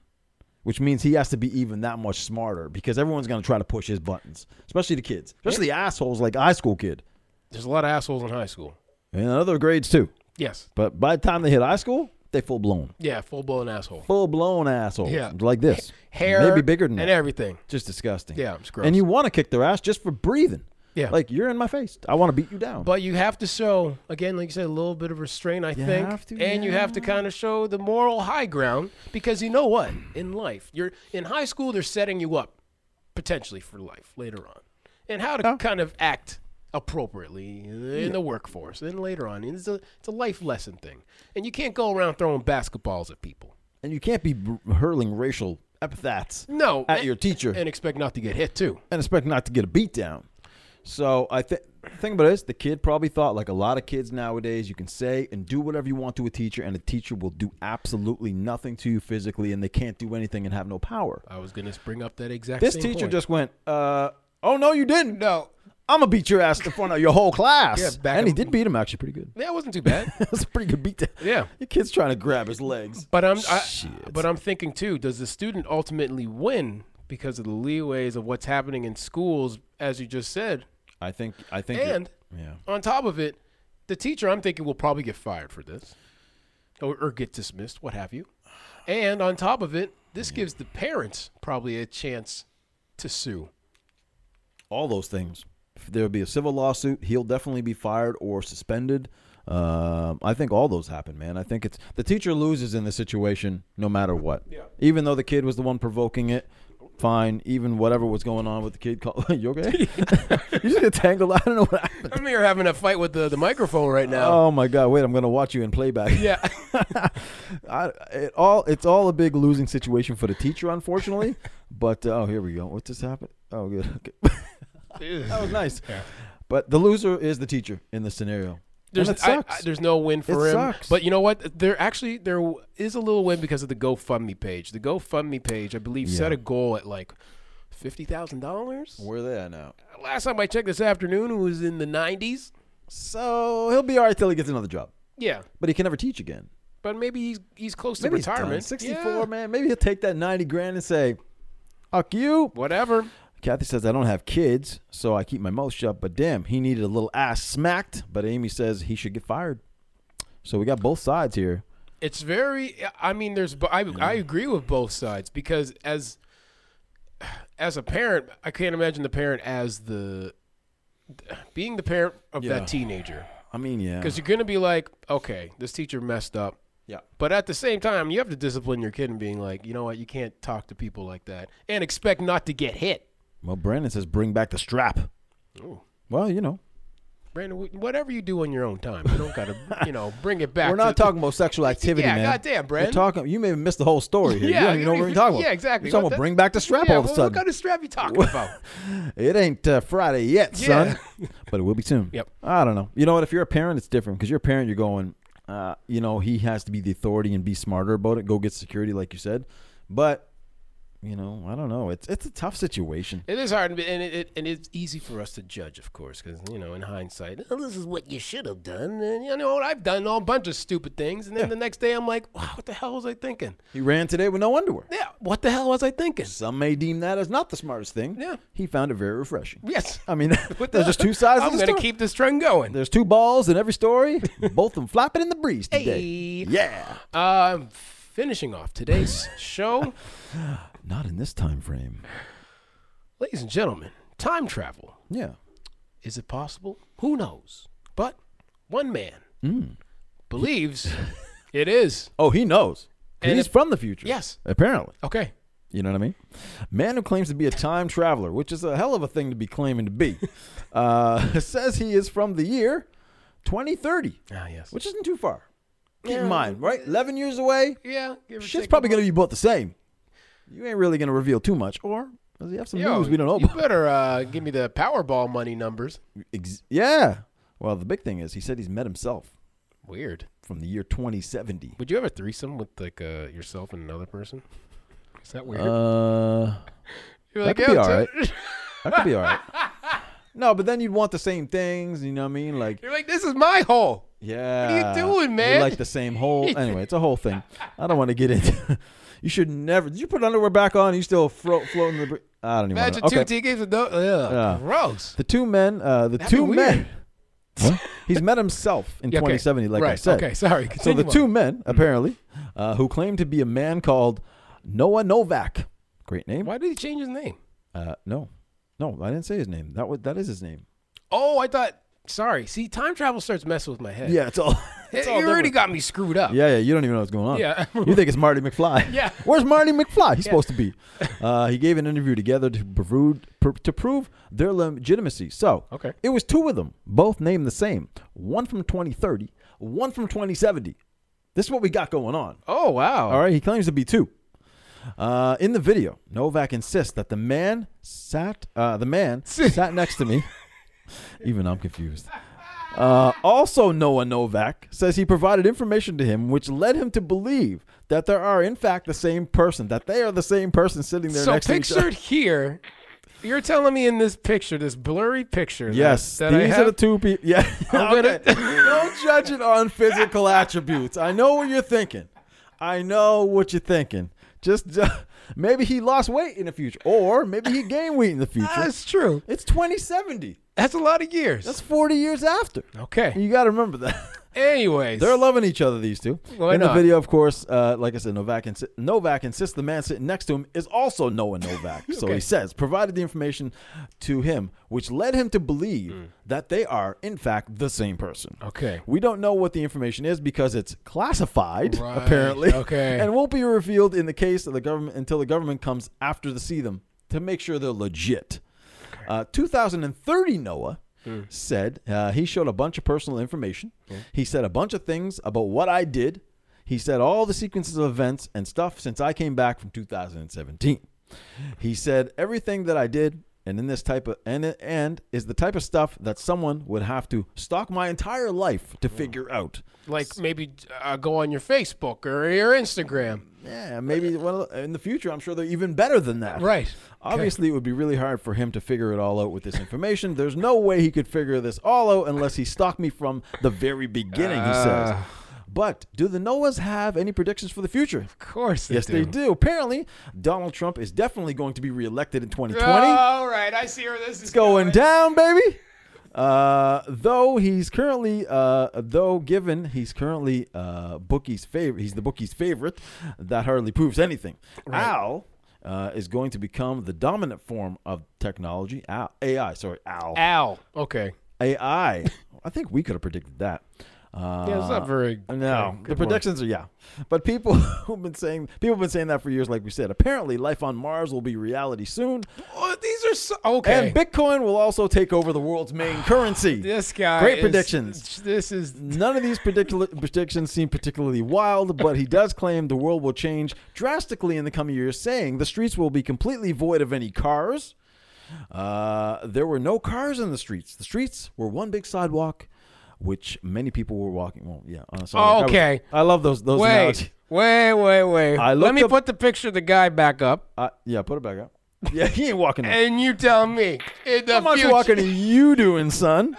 B: which means he has to be even that much smarter because everyone's going to try to push his buttons, especially the kids, especially the assholes like high school kid
A: There's a lot of assholes in high school.
B: and other grades too.
A: Yes.
B: But by the time they hit high school, they full blown,
A: Yeah. Full blown asshole.
B: full blown assholes
A: Yeah.
B: like this,
A: Hair.
B: maybe bigger than
A: and
B: that.
A: everything.
B: Just disgusting.
A: Yeah, it's gross.
B: And you want to kick their ass just for breathing.
A: Yeah.
B: like you're in my face. I want to beat you down.
A: But you have to show, again, like you said, a little bit of restraint, I think,
B: have to,
A: and you have to
B: yeah.
A: kind of show the moral high ground because you know what? In life, you're in high school, they're setting you up potentially for life later on, and how to kind of act appropriately in the workforce, and later on, it's a it's a life lesson thing, and you can't go around throwing basketballs at people.
B: and you can't be b- hurling racial epithets
A: No,
B: at
A: and-
B: your teacher
A: and expect not to get hit too.
B: and expect not to get a beat down. So I think the thing about it is the kid probably thought like a lot of kids nowadays you can say and do whatever you want to a teacher and a teacher will do absolutely nothing to you physically and they can't do anything and have no power.
A: I was gonna bring up that exact.
B: This
A: same
B: teacher
A: point.
B: just went, uh, "Oh no, you didn't.
A: No.
B: I'm gonna beat your ass in front of your whole class."
A: Yeah, back
B: and he
A: him-
B: did beat him actually pretty good.
A: that wasn't too bad.
B: That's a pretty good beat down.
A: Yeah.
B: the kid's trying to grab his legs.
A: But I'm I,
B: Shit.
A: but I'm thinking too. Does the student ultimately win because of the leeways of what's happening in schools, as you just said?
B: I think I think it-
A: And
B: yeah.
A: on top of it, the teacher I'm thinking will probably get fired for this, or, or get dismissed, what have you. And on top of it, this gives the parents probably a chance to sue.
B: all those things. If There would be a civil lawsuit. He'll definitely be fired or suspended. Um, I think all those happen, man. I think it's the teacher loses in this situation no matter what. Yeah. Even though the kid was the one provoking it, fine. Even whatever was going on with the kid, call, you okay? you just get tangled. I don't know what happened.
A: I'm here having a fight with the, the microphone right now.
B: Oh my god! Wait, I'm gonna watch you in playback.
A: yeah,
B: I, it all it's all a big losing situation for the teacher, unfortunately. but uh, oh, here we go. What just happened? Oh, good. Okay. that was nice. But the loser is the teacher in this scenario.
A: There's,
B: and it
A: I- I-
B: sucks.
A: there's no win for
B: It
A: him.
B: sucks.
A: But you know what? There actually there w- is a little win because of the GoFundMe page. The GoFundMe page, I believe, set a goal at like fifty thousand dollars.
B: Where they at now?
A: Last time I checked this afternoon, it was in the nineties.
B: So he'll be all right till he gets another job,
A: Yeah,
B: but he can never teach again.
A: but maybe he's he's close
B: Maybe
A: to retirement.
B: he's done. 64,
A: Yeah.
B: man. Maybe he'll take that 90 grand and say, "Fuck you."
A: Whatever.
B: Kathy says, I don't have kids, so I keep my mouth shut. But damn, he needed a little ass smacked. But Amy says he should get fired. So we got both sides here.
A: It's very. I mean, there's. bo- I I agree with both sides because as as a parent, I can't imagine the parent as the being the parent of
B: Yeah.
A: that teenager.
B: I mean, yeah.
A: because you're gonna be like, okay, this teacher messed up.
B: Yeah.
A: But at the same time, you have to discipline your kid and being like, you know what, you can't talk to people like that and expect not to get hit.
B: Well, Brandon says, bring back the strap. Well, you know,
A: Brandon, wh- whatever you do on your own time, you don't gotta, you know, bring it back.
B: We're not
A: to-
B: talking about sexual activity,
A: Yeah,
B: man.
A: goddamn,
B: We're
A: Brandon.
B: talking. You may have missed the whole story here.
A: Yeah,
B: you don't even know what we're talking about.
A: Yeah, exactly.
B: You're talking
A: What
B: about
A: the-
B: bring back the strap
A: yeah,
B: all of a
A: what-
B: sudden.
A: What kind of strap you talking about?
B: It ain't uh, Friday yet, son, but it will be soon.
A: Yep.
B: I don't know. You know what? If you're a parent, it's different because you're a parent. You're going, uh, you know, he has to be the authority and be smarter about it. Go get security, like you said. But you know, I don't know. It's it's a tough situation.
A: It is hard, and it, it, and it's easy for us to judge, of course, because you know, in hindsight, oh, this is what you should have done, and you know what I've done all bunch of stupid things, and then the next day I'm like, wow, what the hell was I thinking?
B: He ran today with no underwear.
A: Yeah, what the hell was I thinking?
B: Some may deem that as not the smartest thing.
A: Yeah.
B: He found it very refreshing.
A: Yes,
B: I mean, there's just two sides
A: I'm
B: of the
A: gonna
B: story.
A: keep this trend going.
B: There's two balls in every story, both of them flapping in the breeze today.
A: Hey.
B: Yeah.
A: Uh, finishing off today's show,
B: Not in this time frame.
A: ladies and gentlemen, time travel.
B: Yeah.
A: Is it possible? Who knows? But one man
B: Hmm.
A: believes it is.
B: Oh, he knows.
A: And
B: He's
A: if-
B: from the future.
A: Yes.
B: Apparently.
A: Okay.
B: You know what I mean? Man who claims to be a time traveler, which is a hell of a thing to be claiming to be, uh, says he is from the year 2030,
A: Ah, yes.
B: which isn't too far. Keep
A: Yeah.
B: in mind, right? 11 years away.
A: yeah. give or
B: Shit's
A: take a
B: probably going to be about the same. You ain't really going to reveal too much. Or does he have some
A: Yo,
B: news we don't know
A: you
B: about?
A: better uh, give me the Powerball money numbers.
B: Ex- yeah. Well, the big thing is he said he's met himself
A: Weird.
B: from the year 2070.
A: Would you have a threesome with like uh, yourself and another person? Is that weird?
B: Uh,
A: You're
B: that could be
A: "Yo,
B: all
A: so-"
B: right. that could be all right. No, but then you'd want the same things. You know what I mean? Like,
A: You're like, this is my hole.
B: yeah.
A: doing,
B: we
A: man?
B: like the same hole. Anyway, it's a whole thing. I don't want to get into. you should never. Did you put underwear back on? You still fro- floating the. Br- I don't even.
A: Imagine
B: wanna, okay.
A: two tickets with no. Ugh,
B: Yeah.
A: Gross.
B: The two men. Uh, the
A: That'd be
B: two
A: weird.
B: men. Huh? He's met himself in
A: Yeah, okay.
B: 2070, like
A: right.
B: I said.
A: Okay, sorry.
B: So the
A: Continue
B: two
A: on.
B: men apparently, uh, who claim to be a man called Noah Novak. Great name.
A: Why did he change his name?
B: Uh, no, no, I didn't say his name. That was that is his name.
A: Oh, I thought. Sorry. See, time travel starts messing with my head.
B: Yeah, it's all.
A: It-
B: It's
A: you
B: all
A: already
B: different.
A: got me screwed up.
B: Yeah, yeah, you don't even know what's going on.
A: Yeah.
B: you think it's Marty McFly.
A: Yeah.
B: where's Marty McFly? He's supposed to be. Uh, he gave an interview together to prove pr- to prove their legitimacy. So
A: Okay.
B: it was two of them, both named the same. One from 2030, one from 2070. This is what we got going on.
A: Oh wow.
B: All right, he claims to be two. Uh, in the video, Novak insists that the man sat uh, the man sat next to me. Even I'm confused. Uh, also, Noah Novak says he provided information to him, which led him to believe that there are, in fact, the same person. That they are the same person sitting there
A: So
B: next to each other.
A: pictured here, you're telling me in this picture, this blurry picture. that-
B: Yes,
A: That, I
B: these
A: have,
B: are the two people. Yeah,
A: I'm gonna-
B: okay. don't judge it on physical attributes. I know what you're thinking. I know what you're thinking. Just ju- maybe he lost weight in the future, or maybe he gained weight in the future.
A: Ah, That's true.
B: Ah, It's 2070.
A: That's a lot of years.
B: That's 40 years after.
A: okay.
B: You got to remember that.
A: Anyways,
B: They're loving each other, these two.
A: Why
B: in
A: not?
B: the video, of course, uh, like I said, Novak, insi- Novak insists the man sitting next to him is also Noah Novak. So
A: Okay.
B: he says, provided the information to him, which led him to believe that they are, in fact, the same person.
A: Mm. Okay.
B: We don't know what the information is because it's classified,
A: Right,
B: apparently,
A: okay.
B: and won't be revealed in the case of the government until the government comes after to see them to make sure they're legit. Uh, 2030 Noah
A: Hmm.
B: said uh, he showed a bunch of personal information. He said a bunch of things about what I did. He said all the sequences of events and stuff since I came back from 2017. He said everything that I did and in this type of and and is the type of stuff that someone would have to stalk my entire life
A: Hmm.
B: to figure out.
A: like maybe uh, go on your Facebook or your Instagram.
B: Yeah, maybe well in the future I'm sure they're even better than that.
A: uh, Right.
B: Obviously, it would be really hard for him to figure it all out with this information. There's no way he could figure this all out unless he stalked me from the very beginning, he says.
A: Ah.
B: But do the Noahs have any predictions for the future?
A: Of course. They
B: Yes,
A: do.
B: they do. Apparently, Donald Trump is definitely going to be reelected in 2020
A: All right, I see where this is
B: going down, baby. Uh, though he's currently, uh, though given he's currently uh, bookie's favorite, he's the bookie's favorite. That hardly proves anything. Al uh, is going to become the dominant form of technology. Al, AI, sorry, Al.
A: Ow. Okay.
B: AI. I think we could have predicted that. Uh,
A: Yeah, it's not very good-
B: No,
A: good
B: the
A: one.
B: predictions are yeah, but people who've been saying people have been saying that for years. Like we said, apparently life on Mars will be reality soon,
A: Oh, these are so, okay.
B: and Bitcoin will also take over the world's main currency.
A: this guy.
B: great
A: is-
B: predictions.
A: This is
B: None of these particular predictions seem particularly wild, but he does claim the world will change drastically in the coming years, saying the streets will be completely void of any cars. Uh, there were no cars in the streets. The streets were one big sidewalk, which many people were walking. Well, yeah. On a sidewalk. I was-
A: Okay.
B: I, love those. Those analogies.
A: wait, wait, wait, wait.
B: I
A: Let
B: looked
A: me
B: up-
A: put the picture of the guy back up,
B: Uh, yeah, put it back up. Yeah, he ain't walking. no-
A: and you tell me in the
B: How much
A: future.
B: walking are you doing, son?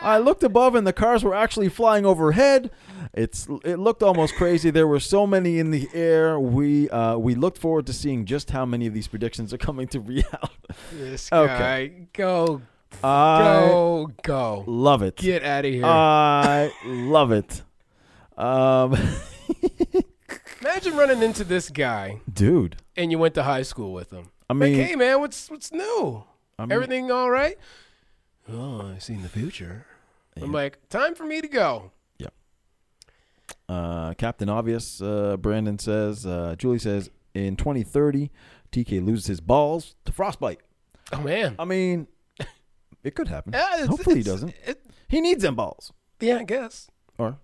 B: I looked above and the cars were actually flying overhead. It's it looked almost crazy. There were so many in the air. We uh, we looked forward to seeing just how many of these predictions are coming to reality.
A: This guy,
B: Okay.
A: go,
B: I
A: go, go.
B: love it.
A: Get out of here.
B: I love it. Um, uh,
A: Imagine running into this guy
B: dude,
A: and you went to high school with him.
B: I mean-
A: like, hey man, what's what's new?
B: mean-
A: Everything all right? Oh, I seen the future. I'm like, time for me to go.
B: Uh, Captain Obvious, uh, Brandon says, uh, Julie says, in 2030, TK loses his balls to frostbite.
A: Oh man.
B: I mean, it could happen.
A: Yeah, it's-
B: Uh, Hopefully,
A: it's-
B: he doesn't.
A: it-
B: He needs them balls.
A: yeah, I guess.
B: Or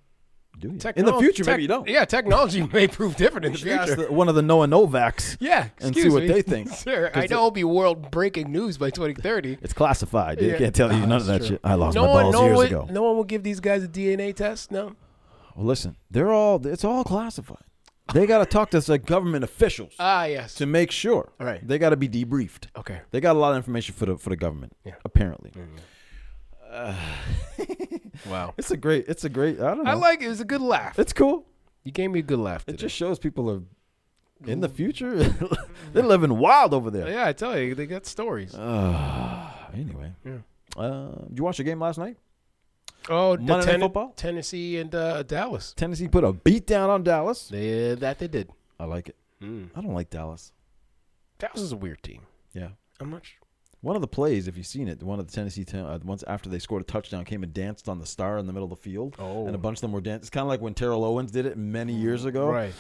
B: do you? in the
A: Technol-
B: future,
A: tech-
B: maybe you don't.
A: Yeah, technology may prove different in the
B: You should ask
A: future.
B: the- one of the Noah Novaks.
A: Yeah,
B: and
A: excuse
B: see what
A: me.
B: they think.
A: Sir, I
B: 'Cause
A: know it'll be world breaking news by 2030.
B: It's classified. They
A: Yeah.
B: can't tell you
A: Oh,
B: none of that
A: that's true.
B: shit. I lost
A: no
B: my
A: one,
B: balls
A: no
B: years
A: one,
B: ago.
A: no one will give these guys a DNA test. No,
B: Well, listen, they're all. It's all classified. They got to talk to like government officials
A: ah, yes.
B: to make sure.
A: Right.
B: They got to be debriefed.
A: okay,
B: They got a lot of information for the for the government.
A: Yeah. Mm-hmm.
B: Apparently,
A: wow.
B: it's a great. It's a great. I don't know.
A: I like it. It was a good laugh.
B: It's cool.
A: You gave me a good laugh. Today.
B: It just shows people are in the future. they're living wild over there.
A: yeah, I tell you, they got stories.
B: Uh, Anyway, Uh, did you watch the game last night?
A: oh, the
B: Monday Night
A: Ten-
B: Football?
A: Tennessee and uh, Dallas.
B: Tennessee put a beat down on Dallas.
A: They, uh, that they did.
B: I like it.
A: Hmm.
B: I don't like Dallas.
A: Dallas is a weird team.
B: Yeah.
A: I'm not sure.
B: One of the plays, if you've seen it, one of the Tennessee ten, uh, once after they scored a touchdown, came and danced on the star in the middle of the field,
A: Oh.
B: and a bunch of them were dancing. It's kind of like when Terrell Owens did it many years ago.
A: Right.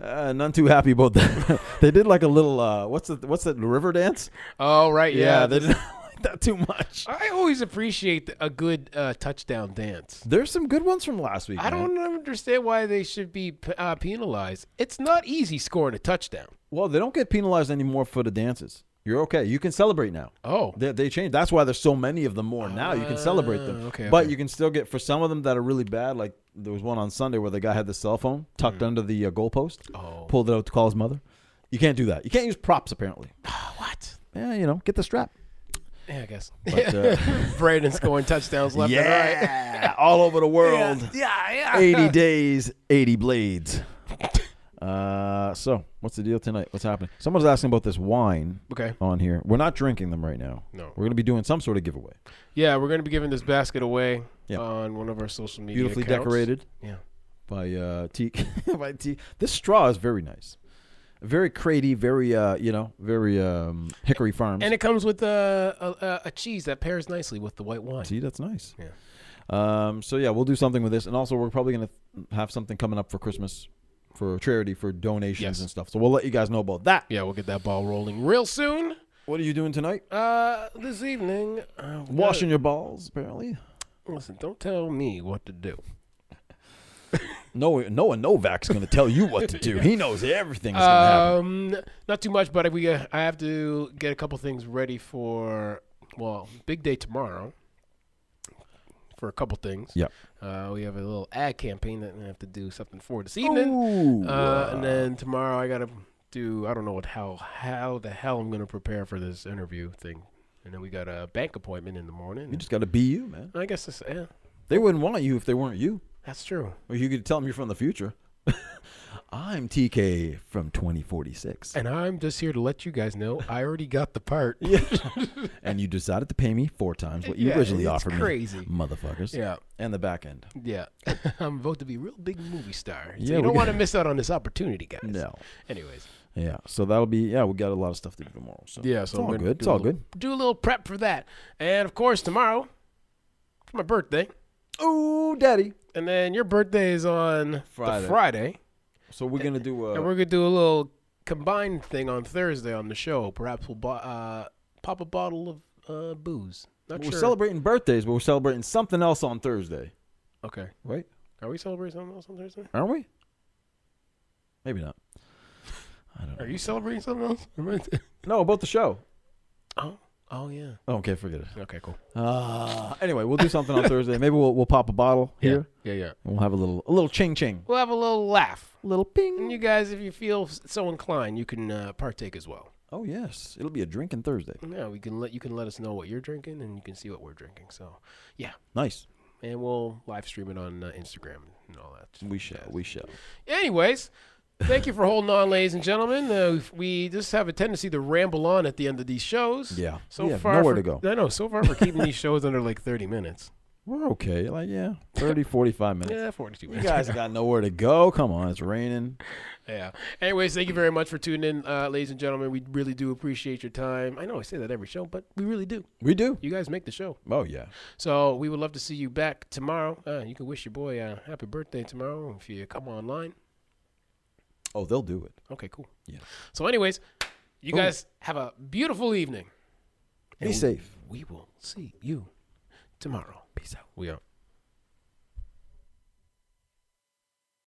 B: Uh, none too happy about that. they did like a little uh, what's the what's that river dance?
A: Oh, right. Yeah.
B: they didn't like that too much.
A: I always appreciate a good uh, touchdown dance.
B: There's some good ones from last week.
A: I
B: man.
A: don't understand why they should be p- uh, penalized. It's not easy scoring a touchdown.
B: Well, they don't get penalized anymore for the dances. You're okay. You can celebrate now.
A: Oh,
B: They, they changed. That's why there's so many of them more now. You can celebrate them.
A: Ah, okay,
B: but
A: okay.
B: you can still get for some of them that are really bad. Like there was one on Sunday where the guy had the cell phone tucked under the uh, goalpost,
A: Hmm. Oh.
B: pulled it out to call his mother. You can't do that. You can't use props apparently.
A: what?
B: Yeah, you know, get the strap.
A: Yeah, I guess.
B: But, uh,
A: Braden scoring touchdowns left and right.
B: yeah, all over the world.
A: Yeah, yeah.
B: 80 days, 80 blades. Uh, so what's the deal tonight? What's happening? Someone's asking about this wine.
A: Okay.
B: On here, we're not drinking them right now.
A: No.
B: we're gonna be doing some sort of giveaway.
A: Yeah, we're going to be giving this basket away
B: Yeah.
A: on one of our social media
B: Beautifully
A: accounts.
B: decorated
A: Yeah.
B: by uh, teak. by teak. This straw is very nice, very cratey, very uh, you know, very um, Hickory Farms.
A: And it comes with a, a, a- a cheese that pairs nicely with the white wine.
B: See, that's nice.
A: Yeah.
B: Um, so yeah, we'll do something with this, and also we're probably gonna have something coming up for Christmas for charity for donations
A: Yes.
B: and stuff. So we'll let you guys know about that.
A: Yeah, we'll get that ball rolling real soon.
B: What are you doing tonight?
A: Uh, this evening, uh, we
B: Washing your balls, apparently.
A: gotta- Listen, don't tell me what to do.
B: No, Noah Novak's gonna tell you what to do. He knows everything's gonna happen.
A: Um, not too much, but we uh, I have to get a couple things ready for well, big day tomorrow. For a couple things,
B: Yep.
A: Uh, we have a little ad campaign that I have to do something for this evening,
B: Ooh.
A: uh, and then tomorrow I gotta do I don't know what how how the hell I'm gonna prepare for this interview thing, and then we got a bank appointment in the morning.
B: you just gotta be you, man.
A: I guess that's, yeah,
B: They wouldn't want you if they weren't you.
A: that's true.
B: Or you could tell them you're from the future. I'm TK from 2046.
A: And I'm just here to let you guys know I already got the part.
B: And you decided to pay me four times what you
A: Yeah,
B: originally
A: it's
B: offered
A: crazy.
B: me. Motherfuckers.
A: Yeah.
B: And the back end.
A: Yeah, I'm about to be a real big movie star. So
B: Yeah,
A: you
B: we
A: don't
B: got-
A: want to miss out on this opportunity, guys.
B: No.
A: Anyways.
B: Yeah. So that'll be, yeah, we got a lot of stuff to do tomorrow. So
A: Yeah, so
B: it's
A: I'm
B: all
A: gonna
B: good. It's
A: do a
B: all
A: little-
B: good.
A: Do a little prep for that, and of course tomorrow, for my birthday,
B: Ooh, daddy.
A: and then your birthday is on
B: Friday.
A: The Friday,
B: So we're gonna do uh, a
A: and we're gonna do a little combined thing on Thursday on the show. Perhaps we'll bo- uh, pop a bottle of uh, booze. Not
B: We're
A: sure.
B: celebrating birthdays, but we're celebrating something else on Thursday,
A: Okay,
B: right?
A: are we celebrating something else on Thursday?
B: Aren't we? Maybe not. I don't know.
A: Are you celebrating something else? Am I-
B: No, about the show.
A: oh, oh yeah.
B: Okay, forget it.
A: Okay, cool.
B: Uh, anyway, we'll do something on Thursday. Maybe we'll we'll pop a bottle here
A: Yeah, yeah.
B: and we'll have a little a little ching ching,
A: We'll have a little laugh.
B: little
A: And
B: ping.
A: you guys, if you feel s- so inclined, you can uh, partake as well.
B: Oh yes, it'll be a drinking Thursday.
A: Yeah, we can let you can let us know what you're drinking, and you can see what we're drinking. So, yeah,
B: Nice.
A: and we'll live stream it on uh, Instagram and all that.
B: We shall. We shall.
A: Anyways, thank you for holding on, ladies and gentlemen. Uh, we just have a tendency to ramble on at the end of these shows.
B: Yeah.
A: So
B: We have
A: far,
B: nowhere
A: for,
B: to go.
A: I know. So far, we're keeping these shows under like 30 minutes.
B: We're okay. Like yeah, 30, 45 minutes.
A: Yeah, 42
B: You
A: minutes.
B: guys got nowhere to go. Come on, it's raining.
A: Yeah. Anyways, thank you very much for tuning in, uh, ladies and gentlemen. We really do appreciate your time. I know I say that every show, but we really do.
B: We do.
A: You guys make the show.
B: Oh yeah.
A: So we would love to see you back tomorrow. Uh, you can wish your boy a happy birthday tomorrow if you come online.
B: Oh, they'll do it.
A: Okay, cool.
B: Yeah.
A: So, anyways, you
B: Cool.
A: guys have a beautiful evening.
B: Be safe.
A: We will see you tomorrow. Peace out. We are.